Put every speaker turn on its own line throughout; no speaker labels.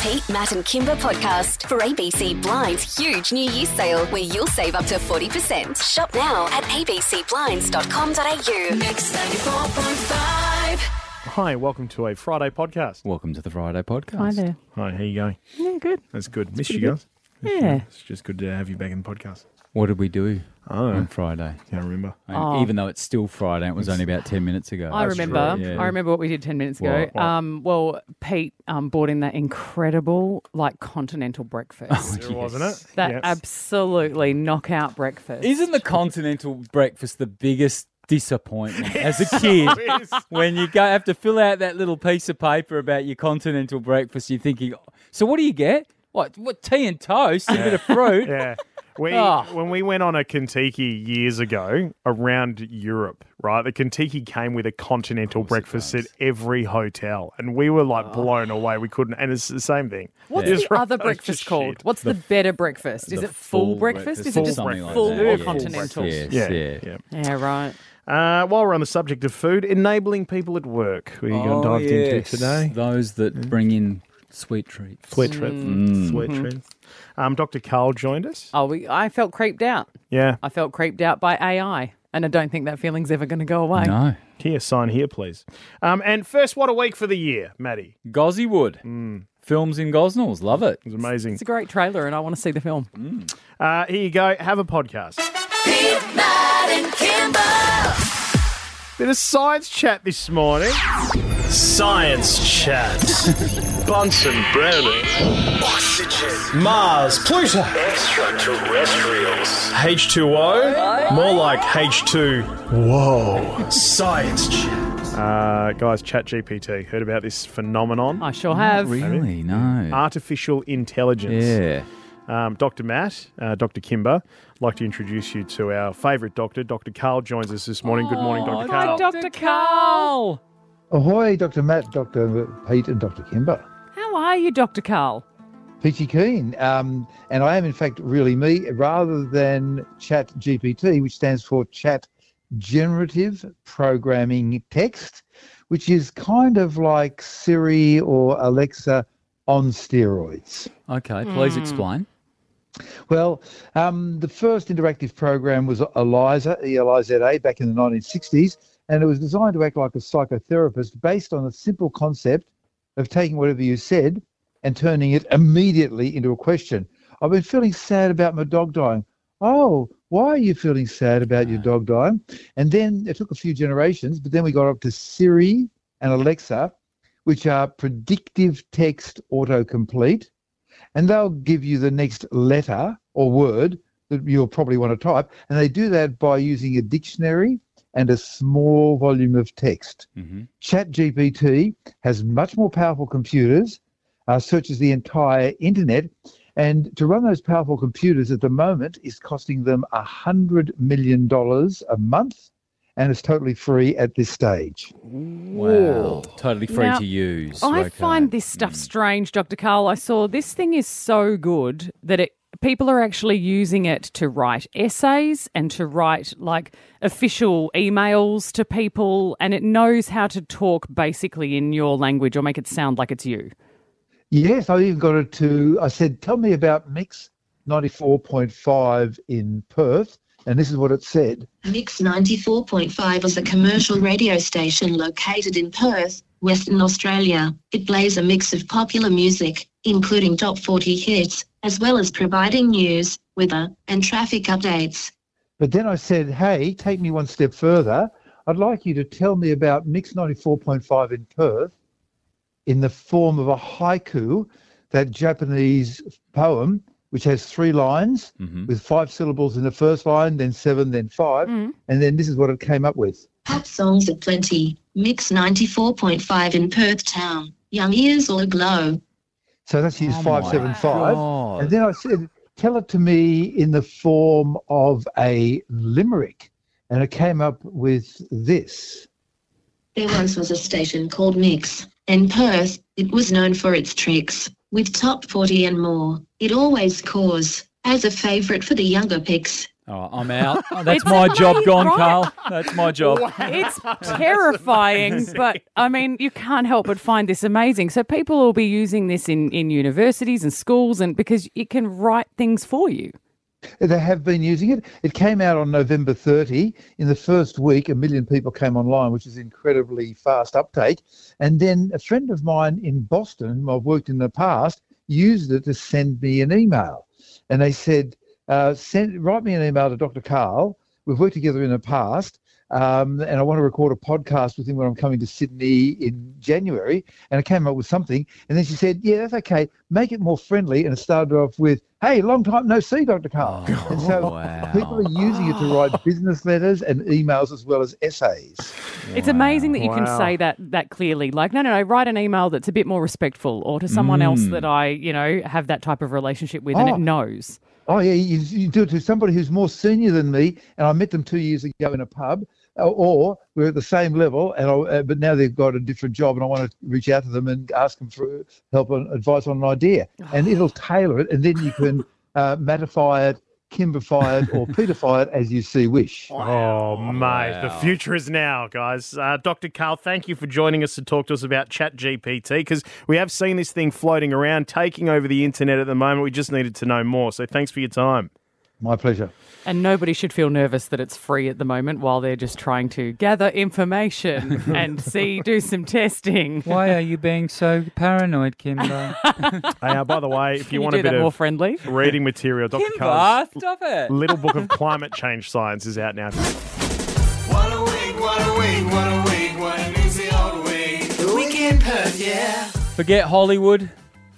Pete, Matt, and Kimber podcast for ABC Blind's huge New Year sale where you'll save up to 40%. Shop now at abcblinds.com.au.
Mix 94.5.
Hi, welcome to a Friday podcast.
Welcome to the Friday podcast.
Hi there.
Hi, how you going?
Yeah, good.
That's good. Miss
pretty
you
good.
guys.
Yeah.
It's just good to have you back in the podcast.
What did we do
Oh,
on Friday?
can't remember.
And
Oh.
Even though it's still Friday, it was only about 10 minutes ago.
I remember.
true, yeah.
I remember what we did ten minutes ago.
What?
Um, well, Pete um, brought in that incredible, like, continental
Oh,
breakfast.
There wasn't it?
that
Yes.
absolutely knockout breakfast.
Isn't the continental breakfast the biggest disappointment as a kid? when you go have to fill out that little piece of paper about your continental breakfast, you're thinking, so what do you get? What, what tea and toast and a bit of fruit?
yeah. We,
Oh.
When we went on a Kentucky years ago around Europe, right? The Kentucky came with a continental breakfast at every hotel, and we were like blown away. We couldn't, and it's the same thing.
What's
Yeah.
the
It's right,
other
it's
breakfast
just
called?
shit.
What's the, better breakfast? Is
The
it full breakfast? Is it just
something like
full
that.
or
Yeah,
or
full
continental?
breakfast.
Yeah.
Yes,
yeah.
yeah.
Yeah, right.
Uh, while we're on the subject of food, enabling people at work, who are you going to dive into today?
Oh,
Mm.
Those that bring in sweet treats.
Sweet treats. Sweet treats. Um, Dr. Carl joined us.
Oh, we, I felt creeped out.
Yeah.
I felt creeped out by AI, and I don't think that feeling's ever going to go away.
No.
Here, sign here, please. Um, and first, what a week for the year, Maddie.
Gossywood.
Mm.
Films in Gosnells. Love it.
It was amazing.
It's a great trailer, and I want to see the film.
Mm.
Uh, here you go. Have a podcast.
Pete, Matt, and Kimber.
Bit of science chat this morning.
Science Chat. Bunsen Browning. Oxygen. Mars. Pluto. Extraterrestrials. H2O. More like H2. Whoa. Science Chat.
Uh, guys, ChatGPT. Heard about this phenomenon?
I sure have.
Really? No.
Artificial intelligence.
Yeah.
Um, Dr. Matt, uh, Dr. Kimber, I'd like to introduce you to our favourite doctor. Dr. Carl joins us this morning. Good morning, Dr. Carl.
Hi, Dr. Carl.
Ahoy, Dr. Matt, Dr. Pete, and Dr. Kimber.
How are you, Dr. Carl?
Peachy Keen. Um, and I am, in fact, really me rather than Chat GPT, which stands for Chat Generative Programming Text, which is kind of like Siri or Alexa on steroids.
Okay.
Hmm.
Please explain.
Well, um, the first interactive program was ELIZA, E E-L-I-Z-A, back in the 1960s, and it was designed to act like a psychotherapist based on a simple concept of taking whatever you said and turning it immediately into a question. I've been feeling sad about my dog dying. Oh, why are you feeling sad about your dog dying? And then it took a few generations, but then we got up to Siri and Alexa, which are predictive text autocomplete and they'll give you the next letter or word that you'll probably want to type. And they do that by using a dictionary and a small volume of text.
Mhm.
ChatGPT has much more powerful computers, uh, searches the entire internet, and to run those powerful computers at the moment is costing them $100 million a month, and it's totally free at this stage.
Wow. Totally free
Now,
to use.
I
Okay.
find this stuff strange, Dr. Carl. I saw this thing is so good that it people are actually using it to write essays and to write like official emails to people and it knows how to talk basically in your language or make it sound like it's you.
Yes, I even got it to. I said, "Tell me about Mix 94.5 in Perth," and this is what it said.
Mix 94.5 is a commercial radio station located in Perth, Western Australia. It plays a mix of popular music, including top 40 hits, as well as providing news, weather, and traffic updates.
But then I said, "Hey, take me one step further. I'd like you to tell me about Mix 94.5 in Perth in the form of a haiku, that Japanese poem which has three lines
Mhm.
with five syllables in the first line, then seven, then five, and then this is what it came up with."
Pop songs are plenty. Mix 94.5 in Perth town. Young ears all aglow.
So that's his
Oh my
575.
God.
And then I said, tell it to me in the form of a limerick. And it came up with this.
There once was a station called Mix. In Perth, it was known for its tricks, with top 40 and more. It always caused, as a favourite for the younger picks,
All right, I'm out. Oh, that's
It's
my
amazing,
job gone,
right?
Carl. That's my job.
It's terrifying, but I mean, you can't help but find this amazing. So people will be using this in, in universities and schools, and because it can write things for you.
They have been using it. It came out on November 30. In the first week, a million people came online, which is incredibly fast uptake. And then a friend of mine in Boston, whom I've worked in the past, used it to send me an email. And they said, uh, send, write me an email to Dr. Carl. We've worked together in the past. Um, and I want to record a podcast with him when I'm coming to Sydney in January. And I came up with something. And then she said, Yeah, that's okay. Make it more friendly. And it started off with, Hey, long time no see,
Oh.
Dr. Carl. Oh, and so people are using it to write business letters and emails as well as essays.
It's amazing that you can
Wow.
say that that clearly. Like, no, no, no, write an email that's a bit more respectful, or to someone else
Hmm.
that I, you know, have that type of relationship with, and
Oh.
it knows.
Oh yeah, you, you do it to somebody who's more senior than me, and I met them two years ago in a pub, uh, or we're at the same level, and I, uh, but now they've got a different job, and I want to reach out to them and ask them for help and advice on an idea, and it'll tailor it, and then you can uh, mattify it, kimberfy it, or peterfy it as you see wish.
Oh, mate. The future is now, guys. Uh, Dr. Carl, thank you for joining us to talk to us about ChatGPT because we have seen this thing floating around, taking over the internet at the moment. We just needed to know more. So thanks for your time.
My pleasure.
And nobody should feel nervous that it's free at the moment while they're just trying to gather information and see, do some testing.
Why are you being so paranoid, Kimber?
Hey, uh, by the way, if you
Can you
want a
do
bit
that more
of
friendly?
reading material, Dr.
Kimber,
Carl's
stop it.
Little Book of Climate Change Science is out now.
What a week, what a week, what a week, what an easy old week. The weekend Perth, yeah.
Forget Hollywood.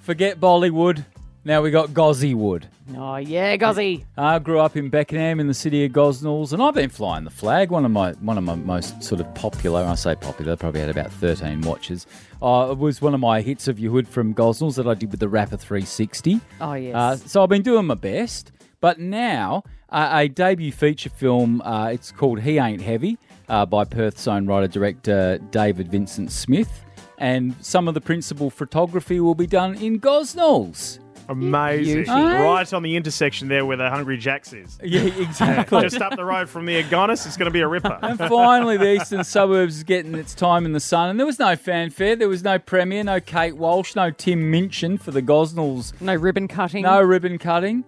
Forget Bollywood. Now we got Gozzywood.
Oh yeah, Gozzy.
I Uh, grew up in Beckenham in the city of Gosnells, and I've been flying the flag. One of my one of my most sort of popular, I say popular, I probably had about thirteen watches. Uh, it was one of my hits of your hood from Gosnells that I did with the Rapper 360.
Oh, yes.
Uh, so I've been doing my best, but now uh, a debut feature film. Uh, it's called He Ain't Heavy uh, by Perth's own writer director David Vincent Smith, and some of the principal photography will be done in Gosnells.
Amazing. Right on the intersection there where the Hungry Jacks is.
Yeah, exactly.
Just up the road from the Agonis, it's going to be a ripper.
Finally, the eastern suburbs is getting its time in the sun, and there was no fanfare. There was no premier, no Kate Walsh, no Tim Minchin for the Gosnells,
No ribbon cutting.
no ribbon cutting.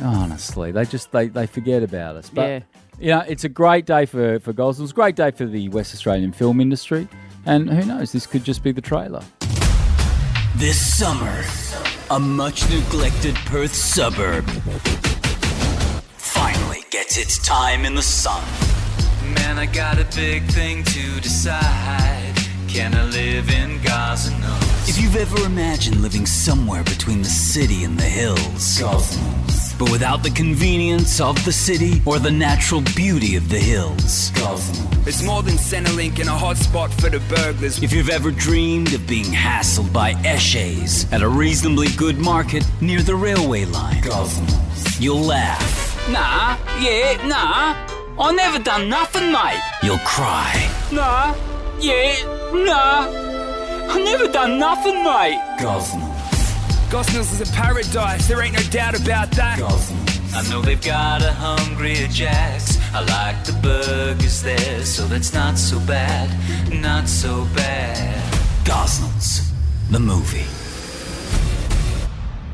Honestly, they just they, they forget about us. But
Yeah.
you know, it's a great day for for Gosnells, great day for the West Australian film industry, and who knows, this could just be the trailer.
This summer, a much neglected Perth suburb finally gets its time in the sun.
Man, I got a big thing to decide. Can I live in Gosnells?
If you've ever imagined living somewhere between the city and the hills, but without the convenience of the city or the natural beauty of the hills,
It's more than Centrelink and a hotspot for the burglars.
if you've ever dreamed of being hassled by eshays at a reasonably good market near the railway line, you'll laugh.
Nah, yeah, nah. I never done nothing, mate.
You'll cry.
Nah, yeah, nah. I never done nothing, mate. Gosnells is a paradise, there ain't no doubt about that.
I know they've got a hungrier Jack's. I like the burgers there, so that's not so bad. Not so bad. Gosnells, the movie.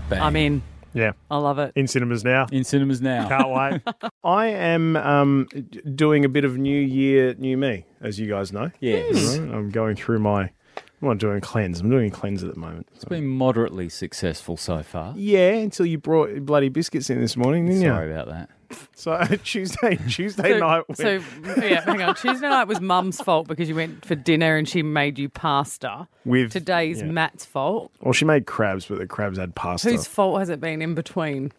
Bang.
I'm in.
Yeah,
I love it.
in cinemas now.
in cinemas now.
Can't wait. I am um, d- doing a bit of New Year, New Me, as you guys know.
Yes,
Right? I'm going through my. I'm not doing a cleanse. I'm doing a cleanse at the moment.
it's been moderately successful so far.
Yeah, until you brought bloody biscuits in this morning, didn't
Sorry about that.
you? So Tuesday, Tuesday
So-
night. we-
So, yeah, hang on. Tuesday night was Mum's fault because you went for dinner and she made you pasta.
With-
today's
yeah.
Matt's fault.
well, she made crabs, but the crabs had pasta.
Whose fault has it been in between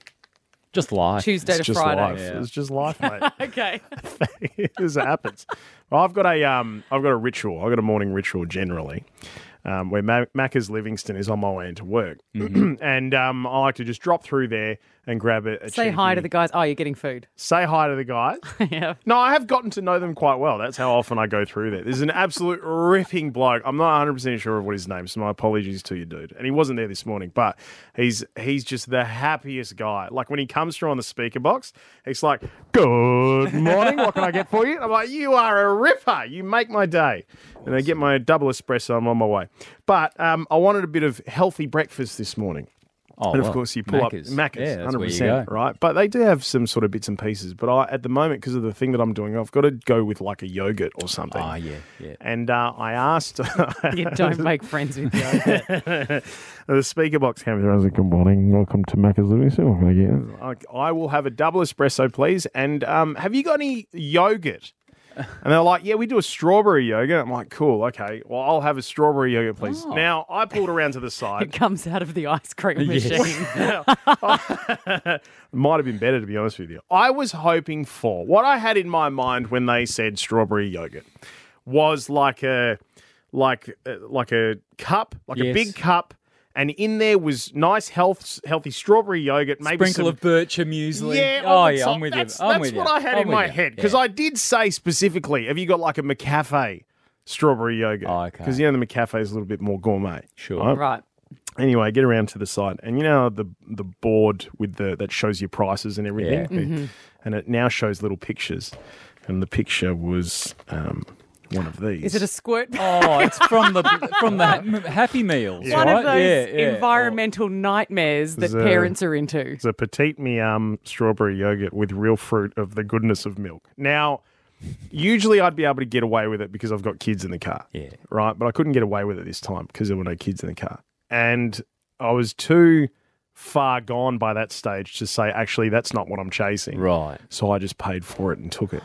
Just life.
Tuesday
it's
to
just life.
Friday?
It's just life, mate.
Okay.
this happens. Well, I've got a um, I've got a ritual. I've got a morning ritual generally, um, where Ma- Macca's Livingston is on my way into work.
Mm-hmm.
and um, I like to just drop through there and grab it.
Say hi to the guys. Oh, you're getting food.
Say hi to the guys.
yeah.
No, I have gotten to know them quite well. That's how often I go through there. There's an absolute ripping bloke. I'm not 100% sure of what his name is, so my apologies to you, dude. And he wasn't there this morning, but he's he's just the happiest guy. Like when he comes through on the speaker box, he's like, Good morning. What can I get for you? And I'm like, You are a ripper. You make my day. And I get my double espresso. I'm on my way. But um, I wanted a bit of healthy breakfast this morning
Oh,
and
well,
of course, you pull
Macca's.
up Macca's,
Yeah, that's
hundred
where you
percent,
go.
right? But they do have some sort of bits and pieces. But I, at the moment, because of the thing that I'm doing, I've got to go with like a yogurt or something.
Ah, yeah, yeah.
And uh, I asked
You don't make friends with yogurt.
the speaker box came through. I was like, "Good morning, welcome to Macca's Livingston. What can I get?" I, I will have a double espresso, please. And um, have you got any yogurt? And they're like, "Yeah, we do a strawberry yogurt." I'm like, "Cool, okay. Well, I'll have a strawberry yogurt, please."
Oh.
Now I pulled around to the side.
It comes out of the ice cream
Yes.
machine.
Might have been better, to be honest with you. I was hoping for what I had in my mind when they said strawberry yogurt was like a like uh, like a cup, like a
Yes.
big cup, and in there was nice health healthy strawberry yogurt, maybe
Sprinkle
some,
of birch and muesli.
yeah,
oh
on the
yeah,
top.
I'm with
that's,
you.
that's
I'm with
what
you.
I had
I'm
in
with
my
you.
head because
Yeah.
I did say specifically, "Have you got like a McCafe strawberry yogurt?"
Oh, okay.
Because you know the McCafe is a little bit more gourmet.
Sure.
right?
Right.
anyway, get around to the side, and you know the the board with the that shows your prices and everything,
Yeah.
Mm-hmm.
and it now shows little pictures, and the picture was um, one of these.
Is it a squirt?
Oh, it's from the from the ha- Happy Meals,
One
right?
of those
yeah, yeah.
environmental nightmares that
Is, uh,
parents are into.
It's a petite me um, strawberry yogurt with real fruit of the goodness of milk. Now, usually I'd be able to get away with it because I've got kids in the car.
Yeah.
Right. But I couldn't get away with it this time because there were no kids in the car. And I was too far gone by that stage to say, actually, that's not what I'm chasing.
Right.
So I just paid for it and took it.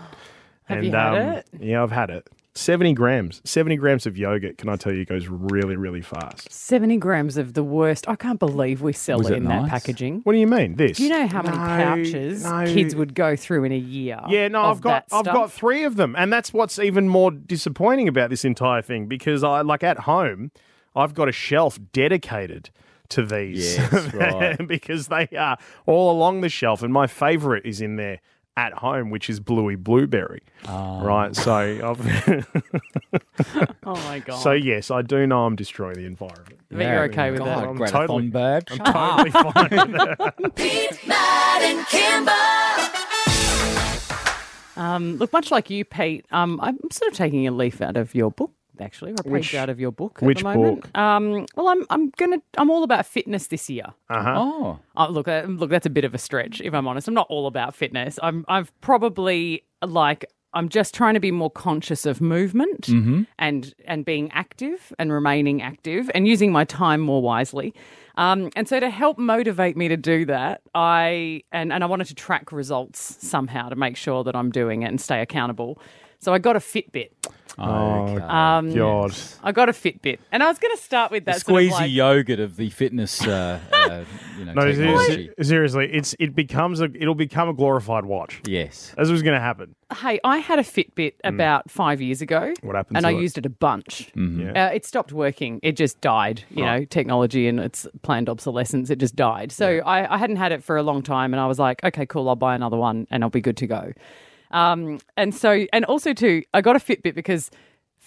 um,
Have you had it?
Yeah, I've had it. 70 grams. 70 grams of yogurt, can I tell you, goes really, really fast.
70 grams of the worst. I can't believe we sell
Was
it
it
in that
nice?
packaging.
What do you mean? This?
Do you know how many
No,
pouches
no.
kids would go through in a year?
Yeah, no,
of
I've got
that
I've got
stuff?
three of them, and that's what's even more disappointing about this entire thing because I like at home, I've got a shelf dedicated to these
Yes, right.
because they are all along the shelf, and my favourite is in there at home, which is bluey blueberry. Right, so I've,
Oh my god.
so yes, I do know I'm destroying the environment.
but you're okay with
God,
that.
Greta
totally-
Thunberg. Shut up.
Totally uh-huh. fine.
Pete, Matt, and Kimber.
Um, look, much like you, Pete, um, I'm sort of taking a leaf out of your book. Actually, or a page
Which-
out of your book. At
which
the moment.
book?
Um, well, I'm I'm gonna I'm all about fitness this year.
Oh,
Oh, look, uh, look, that's a bit of a stretch. If I'm honest, I'm not all about fitness. I'm, I've probably like, I'm just trying to be more conscious of movement
Mm-hmm.
and and being active and remaining active and using my time more wisely. Um, and so to help motivate me to do that, I and and I wanted to track results somehow to make sure that I'm doing it and stay accountable. So I got a Fitbit.
okay.
Um,
Oh, God.
I got a Fitbit, and I was going to start with
the
that sort
squeezy
of like-
yogurt of the fitness, uh, uh, you know,
No,
technology.
seriously, seriously, it's it becomes a it'll become a glorified watch.
Yes.
That's what's going to happen.
Hey, I had a Fitbit about five years ago.
Mm. What happened
And
to
I
it?
used it a bunch.
Mm-hmm.
Yeah.
Uh, it stopped working. It just died. You know, technology and its planned obsolescence. It just died. So I, I hadn't had it for a long time, and I was like, okay, cool. I'll buy another one, and I'll be good to go. Um, and so, and also too, I got a Fitbit because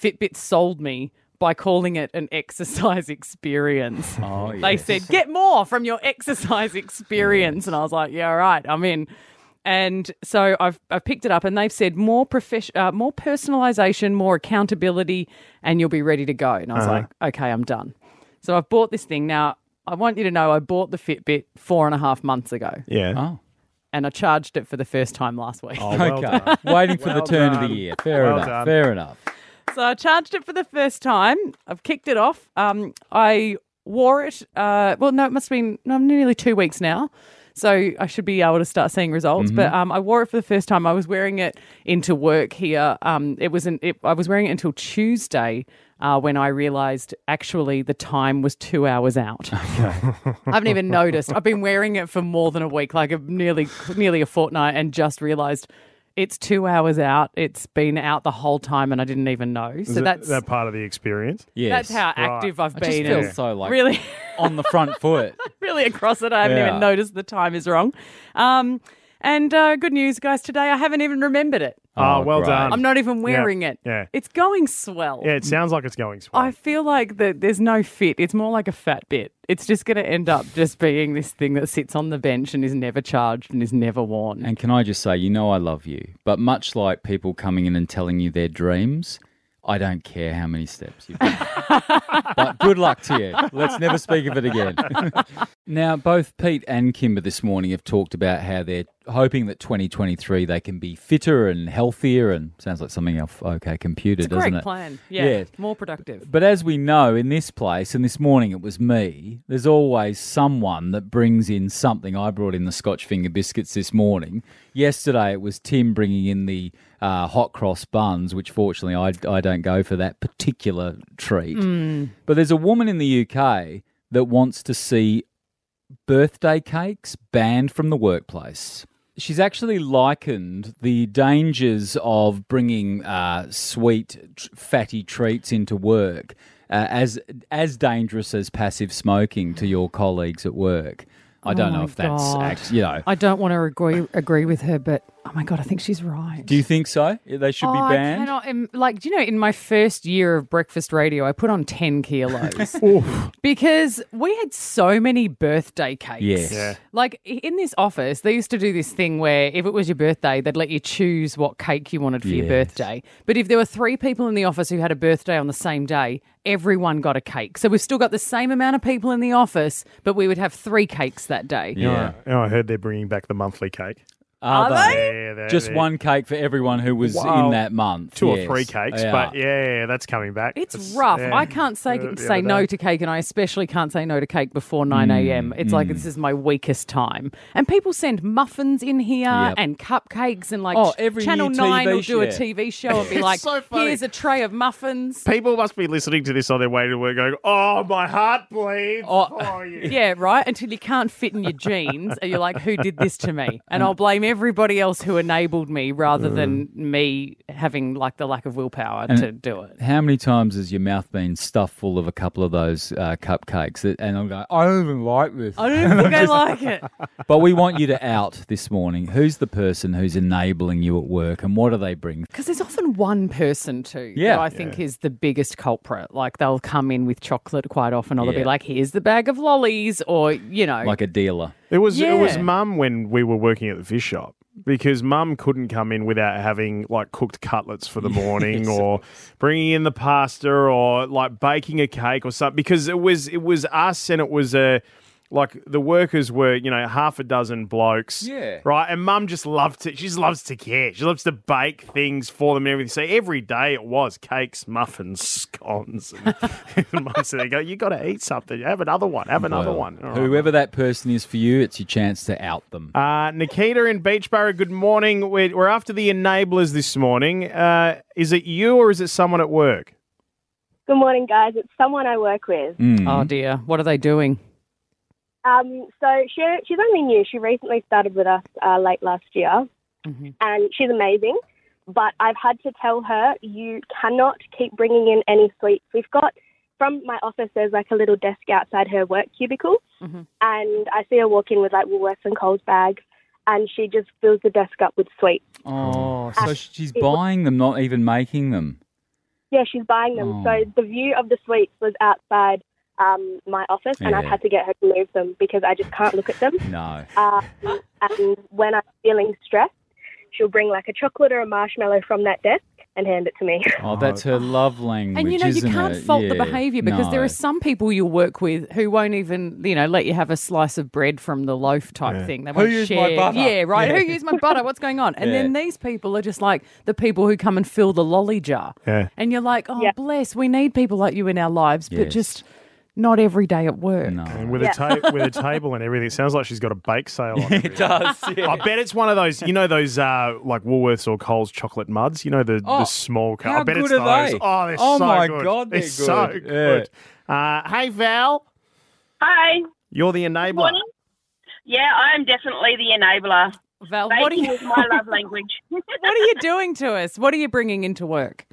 Fitbit sold me by calling it an exercise experience.
Oh, yes.
They said, get more from your exercise experience. And I was like, yeah, all right, I'm in. And so I've, I've picked it up, and they've said more profession, uh, more personalization, more accountability, and you'll be ready to go. And I was like, okay, I'm done. So I've bought this thing. Now, I want you to know I bought the Fitbit four and a half months ago,
Yeah. Oh,
Oh,
and I charged it for the first time last week.
well
okay.
done.
Waiting for
Well
the turn of
done.
the year. Fair
Well
enough.
done.
Fair enough.
So I charged it for the first time. I've kicked it off. Um, I wore it. Uh, well, no, it must have been no, nearly two weeks now. So I should be able to start seeing results. But um, I wore it for the first time. I was wearing it into work here. Um, it was an, it, I was wearing it until Tuesday uh, when I realised actually the time was two hours out. I haven't even noticed. I've been wearing it for more than a week, like a, nearly nearly a fortnight, and just realised It's two hours out. It's been out the whole time, and I didn't even know.
Is
So
it-
that's
that part of the experience.
that's how active I've
I
been.
just feel
and
so like
really,
on the front foot.
really across it. I haven't
Yeah.
even noticed the time is wrong. Um, and uh, good news, guys. Today I haven't even remembered it.
Ah, well
Oh, great.
done.
I'm not even wearing it.
Yeah.
It's going swell.
Yeah, it sounds like it's going swell.
I feel like that there's no fit. It's more like a fat bit. It's just going to end up just being this thing that sits on the bench and is never charged and is never worn.
And can I just say, you know, I love you, but much like people coming in and telling you their dreams, I don't care how many steps you've done. but good luck to you. Let's never speak of it again. now, both Pete and Kimber this morning have talked about how they're hoping that 2023 they can be fitter and healthier, and sounds like something off OK Computer,
It's a
doesn't
great
it?
plan. Yeah,
Yes.
more productive.
But as we know in this place, and this morning it was me, there's always someone that brings in something. I brought in the Scotch finger biscuits this morning. Yesterday it was Tim bringing in the uh, hot cross buns, which fortunately I, I don't go for that particular treat. But there's a woman in the UK that wants to see birthday cakes banned from the workplace. She's actually likened the dangers of bringing uh, sweet, tr- fatty treats into work uh, as as dangerous as passive smoking to your colleagues at work. I don't
Oh
know
my
if that's
God.
act, you know.
I don't want to agree agree with her, but oh my god, I think she's right.
Do you think so? They should be
Oh, I
banned.
cannot, im- like, do you know, in my first year of breakfast radio, I put on 10 kilos because we had so many birthday cakes.
Yes. Yeah.
Like i- in this office, they used to do this thing where if it was your birthday, they'd let you choose what cake you wanted for your
Yes.
birthday. But if there were three people in the office who had a birthday on the same day, everyone got a cake. So we've still got the same amount of people in the office, but we would have three cakes that day.
You know,
Yeah.
you know, I heard they're bringing back the monthly cake.
Are, they?
Yeah, they're-
Just
they're
one cake for everyone who was
Well,
in that month.
two
Yes,
or three cakes,
they
but
are.
yeah, yeah, that's coming back.
It's
That's-
rough.
yeah.
I can't say
Uh, the
say
other
no
day.
to cake, and I especially can't say no to cake before nine
Mm,
a.m. It's like this is my weakest time. And people send muffins in here
Yep.
and cupcakes, and like
Oh,
ch-
every
Channel
new
Nine
TV
will do a
show.
TV show and be
It's
like,
so funny.
"Here's a tray of muffins."
People must be listening to this on their way to work, going, "Oh, my heart bleeds."
Oh,
for you."
Yeah, right. Until you can't fit in your jeans, and you're like, "Who did this to me?" And I'll blame everybody else who enabled me, rather
Mm.
than me having like the lack of willpower to do it.
How many times has your mouth been stuffed full of a couple of those uh, cupcakes? That, and I'm going, I don't even like this.
I don't think I like it.
But we want you to out this morning. Who's the person who's enabling you at work and what do they bring?
Because there's often one person too
Yeah.
that I think is the biggest culprit. Like they'll come in with chocolate quite often, or they'll
Yeah.
be like, "Here's the bag of lollies," or you know,
Like a dealer.
It was it was
Yeah.
mum when we were working at the fish shop because mum couldn't come in without having like cooked cutlets for the morning or bringing in the pasta or like baking a cake or something because it was it was us and it was a like the workers were you know half a dozen blokes
Yeah.
right and mum just loved to she just loves to care she loves to bake things for them and everything so every day it was cakes muffins scones and, and mum said they go you got to eat something have another one have another
Well,
one All right,
Whoever that person is for you, it's your chance to out them.
uh, Nikita in Beachborough, good morning. We're, we're after the enablers this morning. Uh, is it you or is it someone at work?
Good morning, guys. It's someone I work with.
Mm.
"Oh dear, what are they doing?"
Um, so she, she's only new. She recently started with us uh, late last year,
Mm-hmm.
Mhm.
and she's amazing. But I've had to tell her you cannot keep bringing in any sweets. We've got from my office. There's like a little desk outside her work cubicle,
Mm-hmm.
Mhm.
and I see her walk in with like Woolworths and Coles bags, and she just fills the desk up with sweets.
oh, so she's
it was-
buying them, not even making them.
Yeah, she's buying them.
Oh.
So the view of the sweets was outside um, my office, and I've
Yeah.
had to get her to move them because I just can't look at them.
No.
Um, and when I'm feeling stressed, she'll bring like a chocolate or a marshmallow from that desk and hand it to me.
Oh, that's her love language.
And you know, you
isn't
can't
it?
fault the
Yeah.
behaviour because there
No.
are some people you work with who won't even, you know, let you have a slice of bread from the loaf type thing. They won't
used my
share.
butter?
Yeah, right. Who used my butter? What's going on? And
Yeah.
then these people are just like the people who come and fill the lolly jar.
Yeah.
And you're like, oh
Yeah.
bless, we need people like you in our lives, but
Yes.
just not every day at work.
No.
And with a ta- with a table and everything, it sounds like she's got a bake sale. On
It does.
I bet it's one of those, you know, those uh, like Woolworths or Coles chocolate muds. You know, the,
Oh,
the small. cup.
how
I bet
good
it's
are
those.
they?
Oh, they're
Oh
so
my
good.
God, they're
so
good.
good. Uh, hey Val,
Hi.
you're the enabler.
Morning. Yeah, I'm definitely the enabler.
Val, Oh, what are
Baking
you?
is my love language.
what are you doing to us? What are you bringing into work?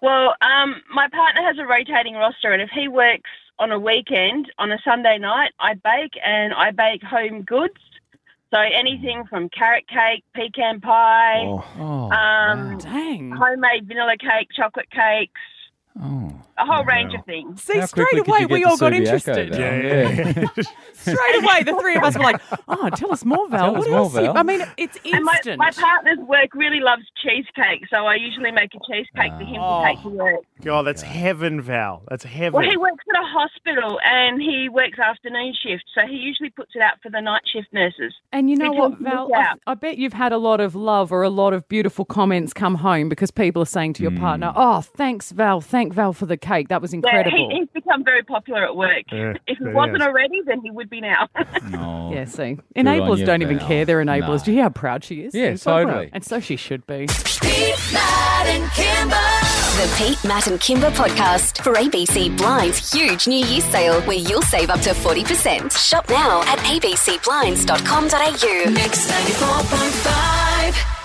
Well, um, my partner has a rotating roster, and if he works on a weekend, on a Sunday night, I bake and I bake home goods. So anything from carrot cake, pecan pie,
Oh,
um,
dang.
homemade vanilla cake, chocolate cakes,
Oh.
a whole range of things.
See, straight away we all got interested. straight away, the three of us were like, "Oh, tell us more, Val.
Tell
what
us more,
else? you-
Val."
I mean, it's
And my,
instant.
my partner's work really loves cheesecake, so I usually make a cheesecake for him to take to work.
God, that's heaven, Val. That's heaven.
Well, he works at a hospital and he works afternoon shift, so he usually puts it out for the night shift nurses.
and you know
Who
what,
tends to miss
Val? I,
out.
I bet you've had a lot of love or a lot of beautiful comments come home because people are saying to your
Hmm.
partner, "Oh, thanks, Val. Thank Val for the cake. That was
Yeah,
incredible."
he, he's become very popular at work.
Yeah,
if he
he
wasn't
has.
already, then he would be now.
Yeah, see,
Good on
enablers
you,
don't even
Val.
care. They're enablers.
No.
Do you hear how proud she is?
Yeah,
She's so proud.
totally.
And so she should be.
The Pete, Matt, and Kimber podcast for ABC Blinds huge New Year sale where you'll save up to 40%. Shop now at abcblinds.com.au. Mix 94.5.